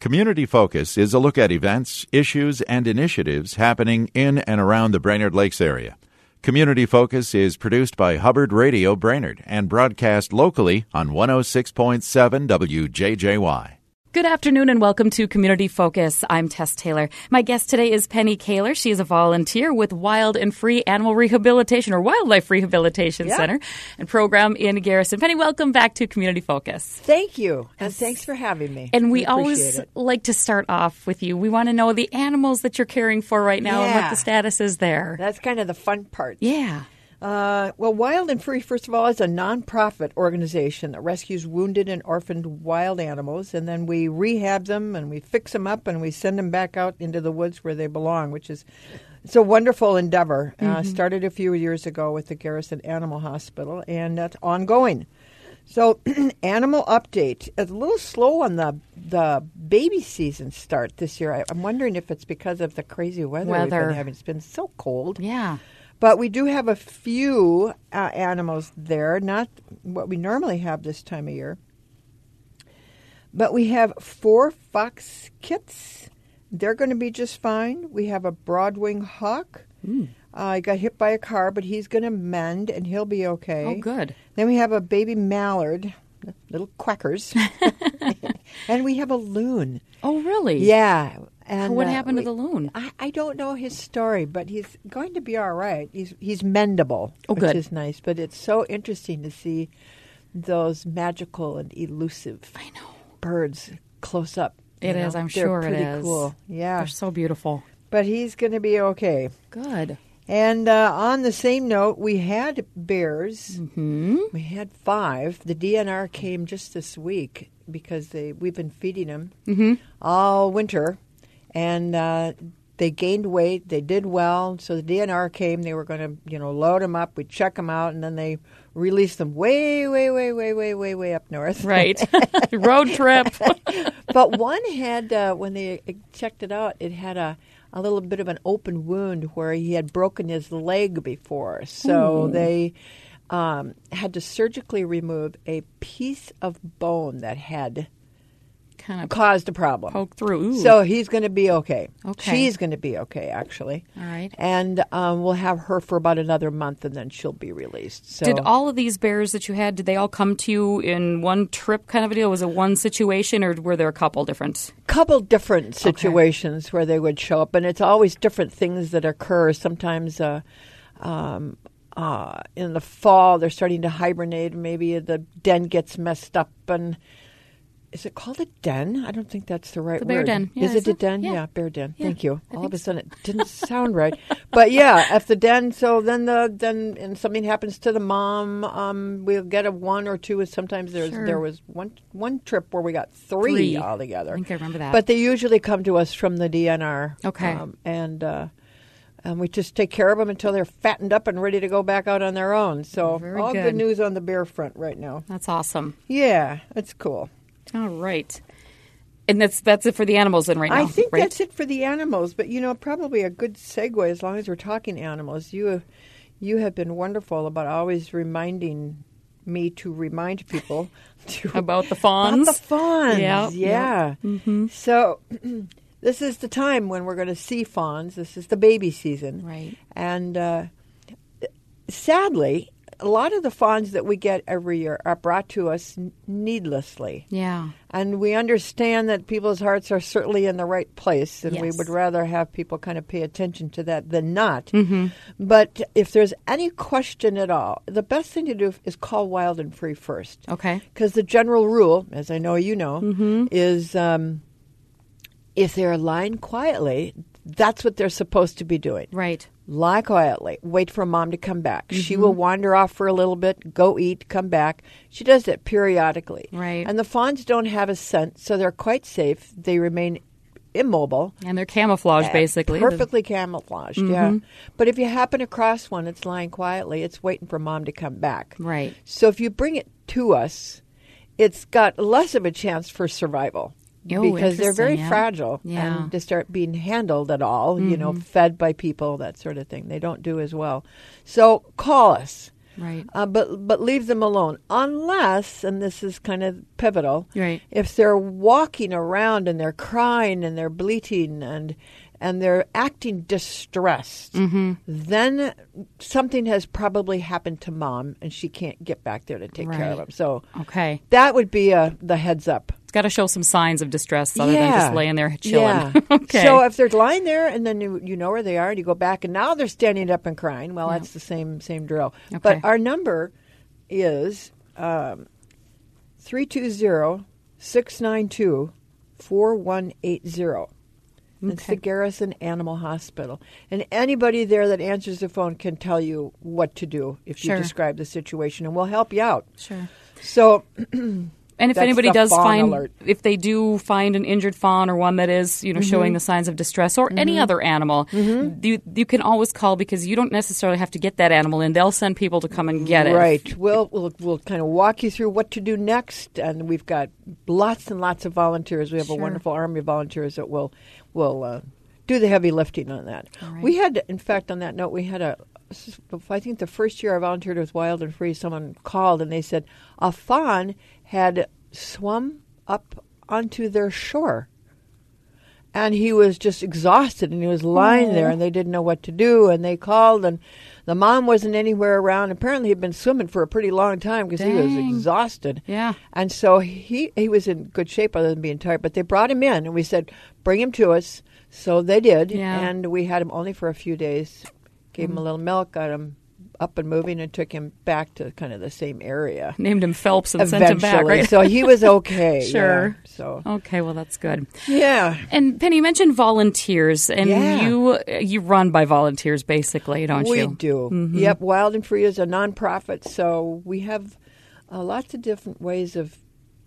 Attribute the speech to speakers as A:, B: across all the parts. A: Community Focus is a look at events, issues, and initiatives happening in and around the Brainerd Lakes area. Community Focus is produced by Hubbard Radio Brainerd and broadcast locally on 106.7 WJJY.
B: Good afternoon and welcome to Community Focus. I'm Tess Taylor. My guest today is Penny Kaler. She is a volunteer with Wild and Free Animal Rehabilitation or Wildlife Rehabilitation
C: Yeah.
B: Center and program in Garrison. Penny, welcome back to Community Focus.
C: Thank you, and thanks for having me.
B: And we,
C: appreciate
B: always
C: it.
B: like to start off with you. We want to know the animals that you're caring for right now and what
C: Yeah.
B: the status is there.
C: That's kind of the fun part.
B: yeah.
C: Uh, well, Wild and Free, first of all, is a nonprofit organization that rescues wounded and orphaned wild animals, and then we rehab them and we fix them up and we send them back out into the woods where they belong, which is it's a wonderful endeavor. Uh, started a few years ago with the Garrison Animal Hospital, and that's ongoing. So, animal update. It's a little slow on the the baby season start this year. I, I'm wondering if it's because of the crazy weather, we've
B: Weather.
C: been having. It's been so cold.
B: Yeah.
C: But we do have a few uh, animals there, not what we normally have this time of year. But we have four fox kits. They're going to be just fine. We have a broadwing hawk.
B: Hmm.
C: Uh, he got hit by a car, but he's going to mend and he'll be okay.
B: Oh, good.
C: Then we have a baby mallard, little quackers. and we have a loon.
B: Oh, really?
C: Yeah. And
B: What
C: uh,
B: happened
C: we-
B: to the loon?
C: I, I don't know his story, but he's going to be all right. He's he's mendable,
B: Oh,
C: which
B: good.
C: is nice. But it's so interesting to see those magical and elusive
B: I know.
C: birds close up.
B: It
C: you
B: is,
C: know?
B: I'm
C: They're
B: sure it
C: pretty
B: is.
C: Cool, yeah.
B: They're so beautiful.
C: but he's going to be okay.
B: Good.
C: And uh, on the same note, we had
B: Mm.
C: bears.
B: Hmm.
C: Mm-hmm. We had five. The DNR came just this week because they we've been feeding them all winter, and uh, they gained weight. They did well. So the DNR came. They were going to you know load them up. We check them out, and then they released them way, way, way, way, way, way, way up north.
B: Right. Road trip.
C: but one had uh, when they checked it out, it had a a little bit of an open wound where he had broken his leg before,
B: Hmm.
C: so they um, had to surgically remove a piece of bone that had
B: kind of
C: caused a problem.
B: poke through. Ooh.
C: So he's going to be okay.
B: Okay.
C: She's going to be okay, actually.
B: All right.
C: And um, we'll have her for about another month, and then she'll be released. So
B: Did all of these bears that you had, did they all come to you in one trip kind of a deal? Was it one situation or were there a couple different?
C: couple different situations where they would show up, and it's always different things that occur. Sometimes uh, um, uh, in the fall, they're starting to hibernate. Maybe the den gets messed up, and is it called a den? I don't think that's the right
B: The bear
C: word.
B: den. Yeah,
C: is it
B: isn't
C: a
B: it?
C: den?
B: Yeah.
C: bear den.
B: Yeah,
C: Thank you.
B: I
C: All
B: think
C: of a sudden, it didn't sound right, but yeah, if the den, so then the then, and something happens to the mom, um, we'll get a one or two. And sometimes there's
B: Sure.
C: there was one one trip where we got three,
B: Three.
C: altogether.
B: I think I remember that.
C: But they usually come to us from the DNR.
B: Okay.
C: and uh, and we just take care of them until they're fattened up and ready to go back out on their own. So
B: Very
C: all good.
B: good.
C: news on the bear front right now.
B: That's awesome.
C: Yeah, it's cool.
B: All right. And that's that's it for the animals then right now.
C: I think
B: right?
C: that's it for the animals. But you know, probably a good segue as long as we're talking animals. You have, you have been wonderful about always reminding me to remind people to
B: About the
C: About
B: fawns. Mm-hmm.
C: the fawns.
B: Yep,
C: Yeah. So this is the time when we're going to see fawns. This is the baby season.
B: Right.
C: And uh, sadly, a lot of the fawns that we get every year are brought to us n- needlessly.
B: Yeah.
C: And we understand that people's hearts are certainly in the right place, and we
B: Yes.
C: would rather have people kind of pay attention to that than not.
B: Mm-hmm.
C: But if there's any question at all, the best thing to do is call Wild and Free first.
B: Okay. Mm-hmm.
C: Because the general rule, as I know you know, is um, if they're lying quietly, that's what they're supposed to be doing.
B: Right.
C: Lie quietly. Wait for mom to come back. She
B: Mm-hmm.
C: will wander off for a little bit, go eat, come back. She does that periodically.
B: Right.
C: And the fawns don't have a scent, so they're quite safe. They remain immobile.
B: And they're camouflage basically. Mm-hmm.
C: Perfectly camouflaged, yeah. But if you happen across one that's lying quietly, it's waiting for mom to come back.
B: Right.
C: So if you bring it to us, it's got less of a chance for survival.
B: Oh,
C: because they're very
B: interesting, yeah.
C: fragile
B: Yeah. Mm-hmm.
C: and to start being handled at all, you know, fed by people, that sort of thing. They don't do as well. So call us.
B: Right.
C: uh, but but leave them alone unless, and this is kind of pivotal,
B: Right.
C: if they're walking around and they're crying and they're bleating and and they're acting distressed,
B: Mm-hmm.
C: then something has probably happened to mom and she can't get back there to take care
B: Right.
C: of them. So
B: Okay.
C: that would be a, the heads up.
B: It's got to show some signs of distress other than just laying there chilling.
C: Yeah.
B: okay.
C: So if they're lying there and then you, you know where they are and you go back and now they're standing up and crying, well, that's the same same drill.
B: Okay.
C: But our number is um, three two zero six nine two four one eight zero. It's the Garrison Animal Hospital. And anybody there that answers the phone can tell you what to do if
B: Sure.
C: you describe the situation and we'll help you out.
B: sure.
C: So
B: And if
C: That's
B: anybody
C: the
B: does
C: fawn
B: find,
C: alert.
B: if they do find an injured fawn or one that is, you know, showing
C: Mm-hmm.
B: the signs of distress or any other animal, you, you can always call because you don't necessarily have to get that animal in. They'll send people to come and get it.
C: Right. We'll, we'll we'll kind of walk you through what to do next, and we've got lots and lots of volunteers. We have
B: Sure.
C: a wonderful army of volunteers that will will uh, do the heavy lifting on that.
B: right.
C: We had, in fact, on that note, we had a. this is- I think the first year I volunteered with Wild and Free, someone called and they said a fawn had swum up onto their shore. And he was just exhausted and he was lying there and they didn't know what to do. And they called and the mom wasn't anywhere around. Apparently, he'd been swimming for a pretty long time because he was
B: Dang.
C: exhausted.
B: Yeah.
C: And so he, he was in good shape other than being tired. But they brought him in and we said, bring him to us. So they did.
B: Yeah. Mm.
C: And we had him only for a few days, gave him a little milk, got him up and moving, and took him back to kind of the same area.
B: Named him Phelps and
C: Eventually.
B: sent him back. Right.
C: So he was okay. yeah.
B: Sure.
C: So,
B: okay. Well, that's good.
C: yeah.
B: And Penny you mentioned volunteers, and
C: Yeah.
B: you you run by volunteers basically, don't
C: we
B: you? Mm-hmm.
C: do. Yep, Wild and Free is a nonprofit, so we have uh, lots of different ways of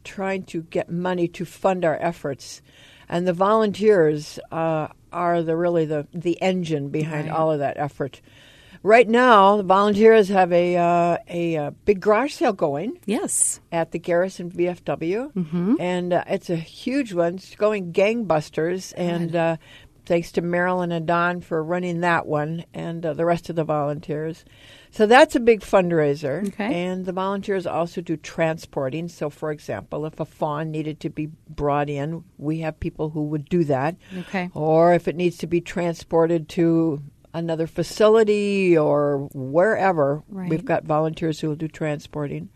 C: trying to get money to fund our efforts, and the volunteers uh, are the really the the engine behind all of that effort. Right now, the volunteers have a uh, a uh, big garage sale going
B: Yes.
C: at the Garrison VFW,
B: Mm-hmm.
C: and uh, it's a huge one. It's going gangbusters, and uh, thanks to Marilyn and Don for running that one, and uh, the rest of the volunteers. So that's a big fundraiser,
B: Okay.
C: and the volunteers also do transporting. So, for example, if a fawn needed to be brought in, we have people who would do that.
B: Okay.
C: Or if it needs to be transported to another facility or wherever,
B: Right.
C: we've got volunteers who will do transporting.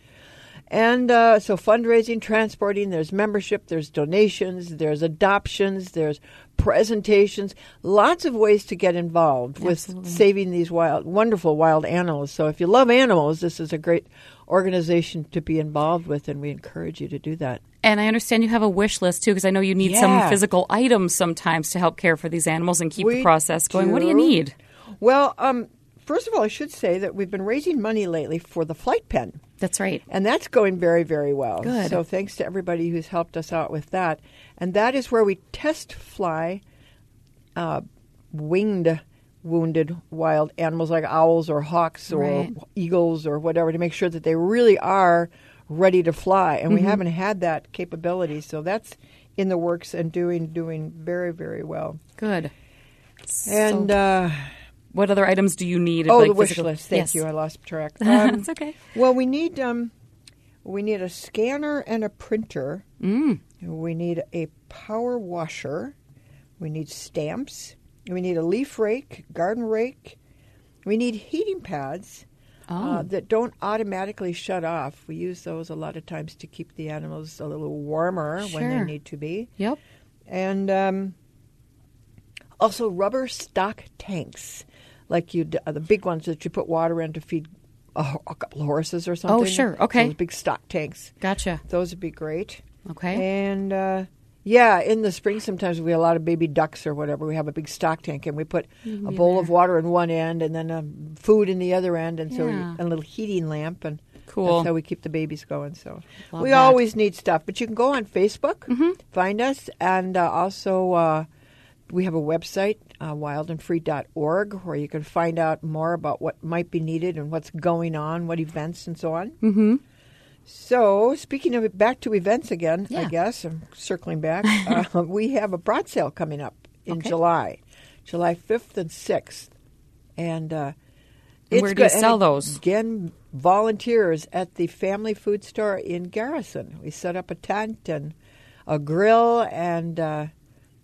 C: And uh, so fundraising, transporting, there's membership, there's donations, there's adoptions, there's presentations, lots of ways to get involved
B: Absolutely.
C: with saving these wild, wonderful wild animals. So if you love animals, this is a great organization to be involved with, and we encourage you to do that.
B: And I understand you have a wish list too, because I know you need some
C: Yeah.
B: physical items sometimes to help care for these animals and keep the
C: We
B: process going. What do you
C: do.
B: need?
C: Well, um, first of all, I should say that we've been raising money lately for the flight pen.
B: That's right.
C: And that's going very, very well.
B: Good.
C: So thanks to everybody who's helped us out with that. And that is where we test fly uh, winged wounded wild animals like owls or hawks or
B: Right.
C: eagles or whatever to make sure that they really are ready to fly. And
B: Mm-hmm.
C: we haven't had that capability. So that's in the works and doing doing very, very well.
B: Good.
C: And
B: So
C: uh,
B: what other items do you need?
C: oh,
B: like,
C: the wish
B: physical-
C: list. Thank
B: Yes.
C: you. I lost track. Um,
B: It's okay.
C: Well, we need um, we need a scanner and a printer.
B: Mm.
C: We need a power washer. We need stamps. We need a leaf rake, garden rake. We need heating pads
B: Oh.
C: uh, that don't automatically shut off. We use those a lot of times to keep the animals a little warmer when
B: Sure.
C: they need to be,
B: Yep.
C: and um, also rubber stock tanks, like you uh, the big ones that you put water in to feed a, ho- a couple horses or something.
B: Oh, sure. Okay.
C: those big stock tanks.
B: Gotcha.
C: Those would be great.
B: Okay.
C: And uh, yeah, in the spring sometimes we have a lot of baby ducks or whatever. We have a big stock tank and we put a bowl of water in one end and then um, food in the other end, and so we-
B: Yeah.
C: and a little heating lamp and.
B: Cool.
C: That's how we keep the babies going. So
B: Love
C: we
B: that. Mm-hmm.
C: always need stuff, but you can go on Facebook, find us, and uh, also uh, we have a website, uh, wildandfree.org, where you can find out more about what might be needed and what's going on, what events, and so on. So, speaking of it, back to events again,
B: Yeah.
C: I guess I'm circling back. uh, we have a broad sale coming up in
B: Okay.
C: July, July 5th and 6th, and uh,
B: And
C: it's
B: where do you
C: good- and
B: sell those?
C: Again, volunteers at the family food store in Garrison. We set up a tent and a grill, and uh,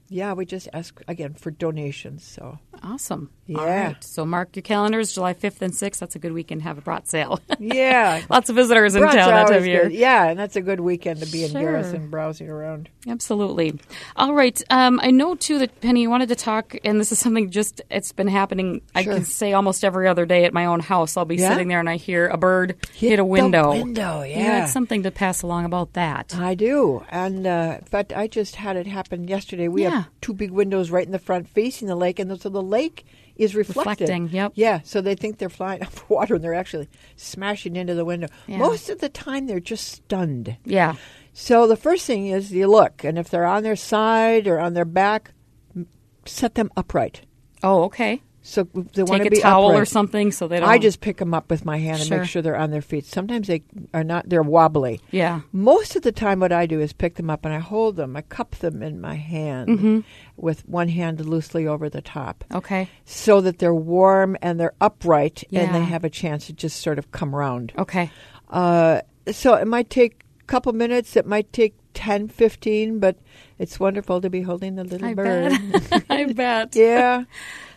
C: yeah, we just ask again for donations. So
B: Awesome.
C: Yeah.
B: All right. So mark your calendars, July 5th and 6th. That's a good weekend to have a brat sale.
C: yeah,
B: Lots of visitors in
C: Brats
B: town
C: are
B: that time
C: always
B: of year.
C: good. Yeah, and that's a good weekend to be in
B: Sure.
C: Garrison browsing around.
B: Absolutely. All right. Um, I know too that Penny, you wanted to talk, and this is something just it's been happening. I
C: Sure.
B: can say almost every other day at my own house. I'll be
C: Yeah?
B: sitting there and I hear a bird hit,
C: Hit
B: a
C: the
B: window.
C: window,
B: You
C: yeah. Uh,
B: it's something to pass along about that.
C: I do, and uh, but I just had it happen yesterday. We
B: Yeah.
C: have two big windows right in the front facing the lake, and so the lake is reflected.
B: Reflecting, yep.
C: Yeah, so they think they're flying off water, and they're actually smashing into the window.
B: Yeah.
C: Most of the time, they're just stunned.
B: Yeah.
C: So the first thing is you look, and if they're on their side or on their back, m- set them upright.
B: Oh, okay.
C: So they want
B: Take
C: to
B: a
C: be
B: towel or
C: upright.
B: something so they don't.
C: I just pick them up with my hand and
B: Sure.
C: make sure they're on their feet. Sometimes they are not; they're wobbly.
B: Yeah.
C: Most of the time, what I do is pick them up and I hold them. I cup them in my hand
B: Mm-hmm.
C: with one hand loosely over the top,
B: Okay.
C: so that they're warm and they're upright, and they
B: Yeah.
C: have a chance to just sort of come round.
B: Okay.
C: Uh, so it might take a couple minutes. It might take 10, 15, but it's wonderful to be holding the little
B: I
C: bird.
B: bet. I bet.
C: Yeah.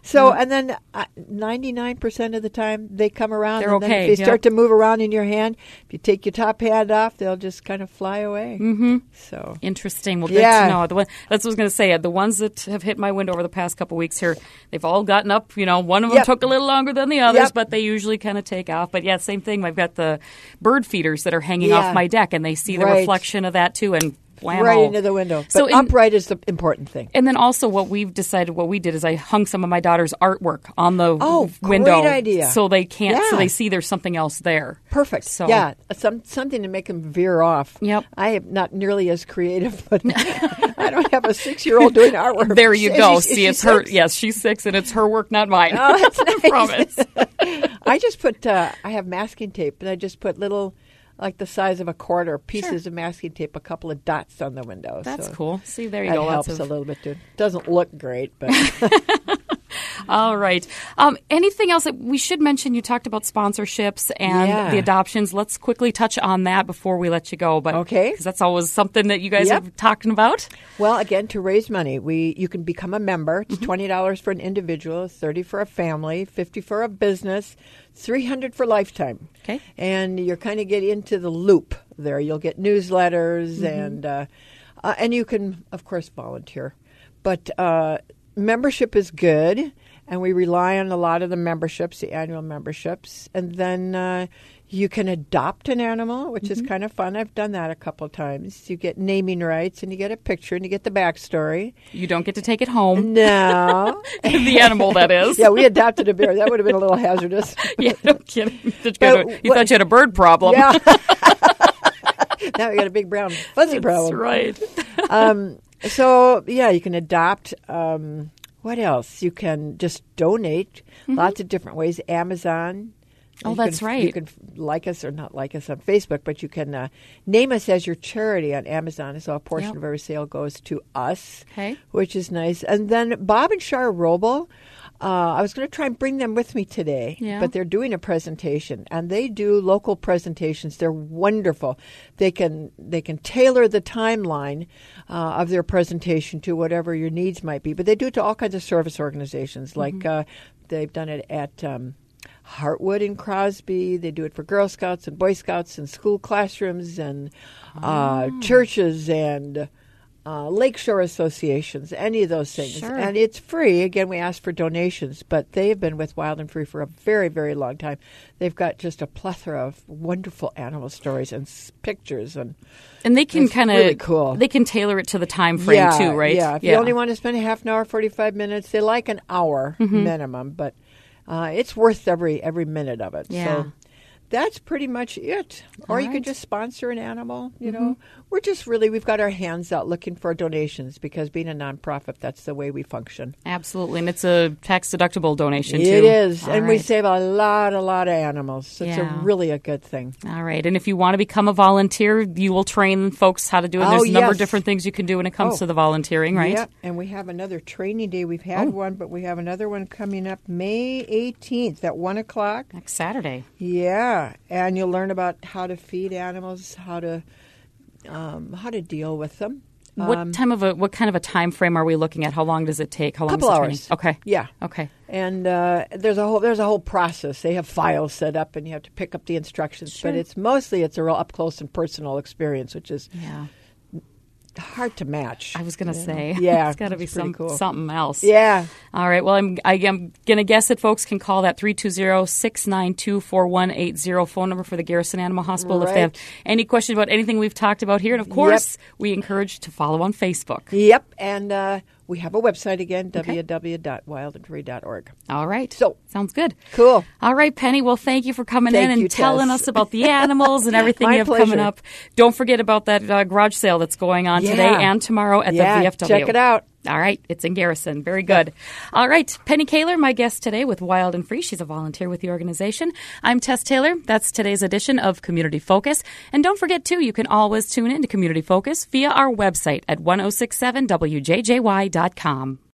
C: So and then ninety nine percent of the time they come around.
B: They're
C: and then
B: okay,
C: If they
B: yeah.
C: start to move around in your hand, if you take your top hand off, they'll just kind of fly away. Mm-hmm. So
B: Interesting. Well, good
C: Yeah.
B: to know. The one, that's what I was going to say. The ones that have hit my window over the past couple weeks here, they've all gotten up. You know, one of them
C: Yep.
B: took a little longer than the others,
C: Yep.
B: but they usually kind of take off. But yeah, same thing. I've got the bird feeders that are hanging
C: Yeah.
B: off my deck, and they see the
C: Right.
B: reflection of that too, and wham
C: right into the window. But
B: So in-
C: upright is the important thing.
B: and then also, what we've decided, what we did is I hung some of my daughter's artwork on the
C: Oh, great
B: window,
C: idea.
B: so they can't, so
C: Yeah.
B: they see there's something else there.
C: Perfect.
B: So
C: yeah, some something to make them veer off.
B: Yep.
C: I am not nearly as creative, but I don't have a six year old doing artwork.
B: There you
C: Is
B: go.
C: she- is
B: See,
C: she
B: it's her.
C: six?
B: Yes, she's six, and it's her work, not mine.
C: Oh, that's
B: I promise.
C: I just put uh, I have masking tape, and I just put little, like the size of a quarter, pieces of masking tape, a couple of dots on the window.
B: That's
C: so
B: cool. See, there you
C: That
B: go.
C: helps
B: Lots of-
C: a little bit too. Doesn't look great, but
B: All right. Um, anything else that we should mention? You talked about sponsorships and
C: Yeah.
B: the adoptions. Let's quickly touch on that before we let you go. But
C: Okay.
B: 'cause that's always something that you guys
C: Yep.
B: have talked about.
C: well, again, to raise money, we you can become a member.
B: Mm-hmm.
C: It's twenty dollars for an individual, thirty for a family, fifty for a business, three hundred for lifetime.
B: Okay.
C: and you're kind of get into the loop there. You'll get newsletters
B: Mm-hmm.
C: and uh, uh, and you can of course volunteer, but uh, membership is good, and we rely on a lot of the memberships, the annual memberships, and then. Uh, you can adopt an animal, which
B: Mm-hmm.
C: is kind of fun. I've done that a couple of times. You get naming rights, and you get a picture, and you get the backstory.
B: You don't get to take it home.
C: No,
B: the animal that is.
C: yeah, we adopted a bear. That would have been a little hazardous.
B: Yeah, no kidding. Did you,
C: But
B: have a- you
C: what-
B: thought you had a bird problem.
C: Yeah. now we got a big brown fuzzy
B: That's
C: problem.
B: right.
C: Um, so yeah, you can adopt. Um, what else? You can just donate. Lots of different ways. Amazon.
B: Mm-hmm. Oh,
C: You
B: that's
C: can-
B: right.
C: You can like us or not like us on Facebook, but you can uh, name us as your charity on Amazon. So a portion
B: Yep.
C: of every sale goes to us,
B: Okay.
C: which is nice. And then Bob and Shar Roble. Uh, I was going to try and bring them with me today,
B: Yeah.
C: but they're doing a presentation, and they do local presentations. They're wonderful. They can they can tailor the timeline uh, of their presentation to whatever your needs might be. But they do it to all kinds of service organizations, like uh, they've done it at. Um, Hartwood in Crosby. They do it for Girl Scouts and Boy Scouts and school classrooms and uh, churches and uh, lakeshore associations, any of those things.
B: Sure.
C: And it's free. Again, we ask for donations, but they've been with Wild and Free for a very, very long time. They've got just a plethora of wonderful animal stories and s- pictures and
B: And they can
C: That's
B: kind of
C: really cool.
B: They can tailor it to the time frame
C: yeah,
B: too, right?
C: Yeah. If you only want to spend a half an hour, forty-five minutes, they like an hour
B: Mm-hmm.
C: minimum, but uh, it's worth every every minute of it.
B: Yeah.
C: So that's pretty much it. Or you can
B: right.
C: just sponsor an animal. You
B: Mm-hmm.
C: know, we're just really we've got our hands out looking for donations because being a nonprofit, that's the way we function.
B: Absolutely, and it's a tax deductible donation too.
C: It is,
B: All
C: and we
B: right.
C: save a lot, a lot of animals. It's
B: Yeah.
C: a really a good thing.
B: All right. And if you want to become a volunteer, you will train folks how to do it.
C: Oh,
B: There's a number
C: yes.
B: of different things you can do when it comes
C: Oh.
B: to the volunteering, right? Oh.
C: Yep, and we have another training day. We've had one, but we have another one coming up May 18th at 1 o'clock.
B: Next Saturday.
C: Yeah, Yeah, and you'll learn about how to feed animals, how to um, how to deal with them. Um,
B: what time of a what kind of a time frame are we looking at? How long does it take? How long
C: couple
B: is the
C: hours.
B: training? Okay.
C: Yeah.
B: Okay.
C: And uh, there's a whole there's a whole process. They have files set up, and you have to pick up the instructions. But it's mostly it's a real up close and personal experience, which is
B: Yeah.
C: hard to match.
B: I was gonna say.
C: Yeah,
B: it's got to be
C: it's pretty
B: some,
C: cool.
B: something else.
C: Yeah.
B: All right. Well, I'm I, am i gonna guess that folks can call that 320-692-4180 phone number for the Garrison Animal Hospital if they have
C: Right.
B: any questions about anything we've talked about here. And of course, we encourage to follow on Facebook.
C: Yep. And uh, we have a website again,
B: Okay.
C: www.wildandfree.org.
B: All right.
C: So-
B: sounds good.
C: Cool.
B: All right, Penny. Well, thank you for coming
C: Thank
B: in and
C: you,
B: telling
C: Tess.
B: us about the animals and everything
C: My
B: you have coming
C: pleasure.
B: up. Don't forget about that uh, garage sale that's going on
C: Yeah.
B: today and tomorrow at
C: Yeah,
B: the VFW.
C: check it out.
B: All right, it's in Garrison. Very good. All right, Penny Kaler, my guest today with Wild and Free. She's a volunteer with the organization. I'm Tess Taylor. That's today's edition of Community Focus. And don't forget, too, you can always oh tune in to Community Focus via our website at 1067wjjy.com.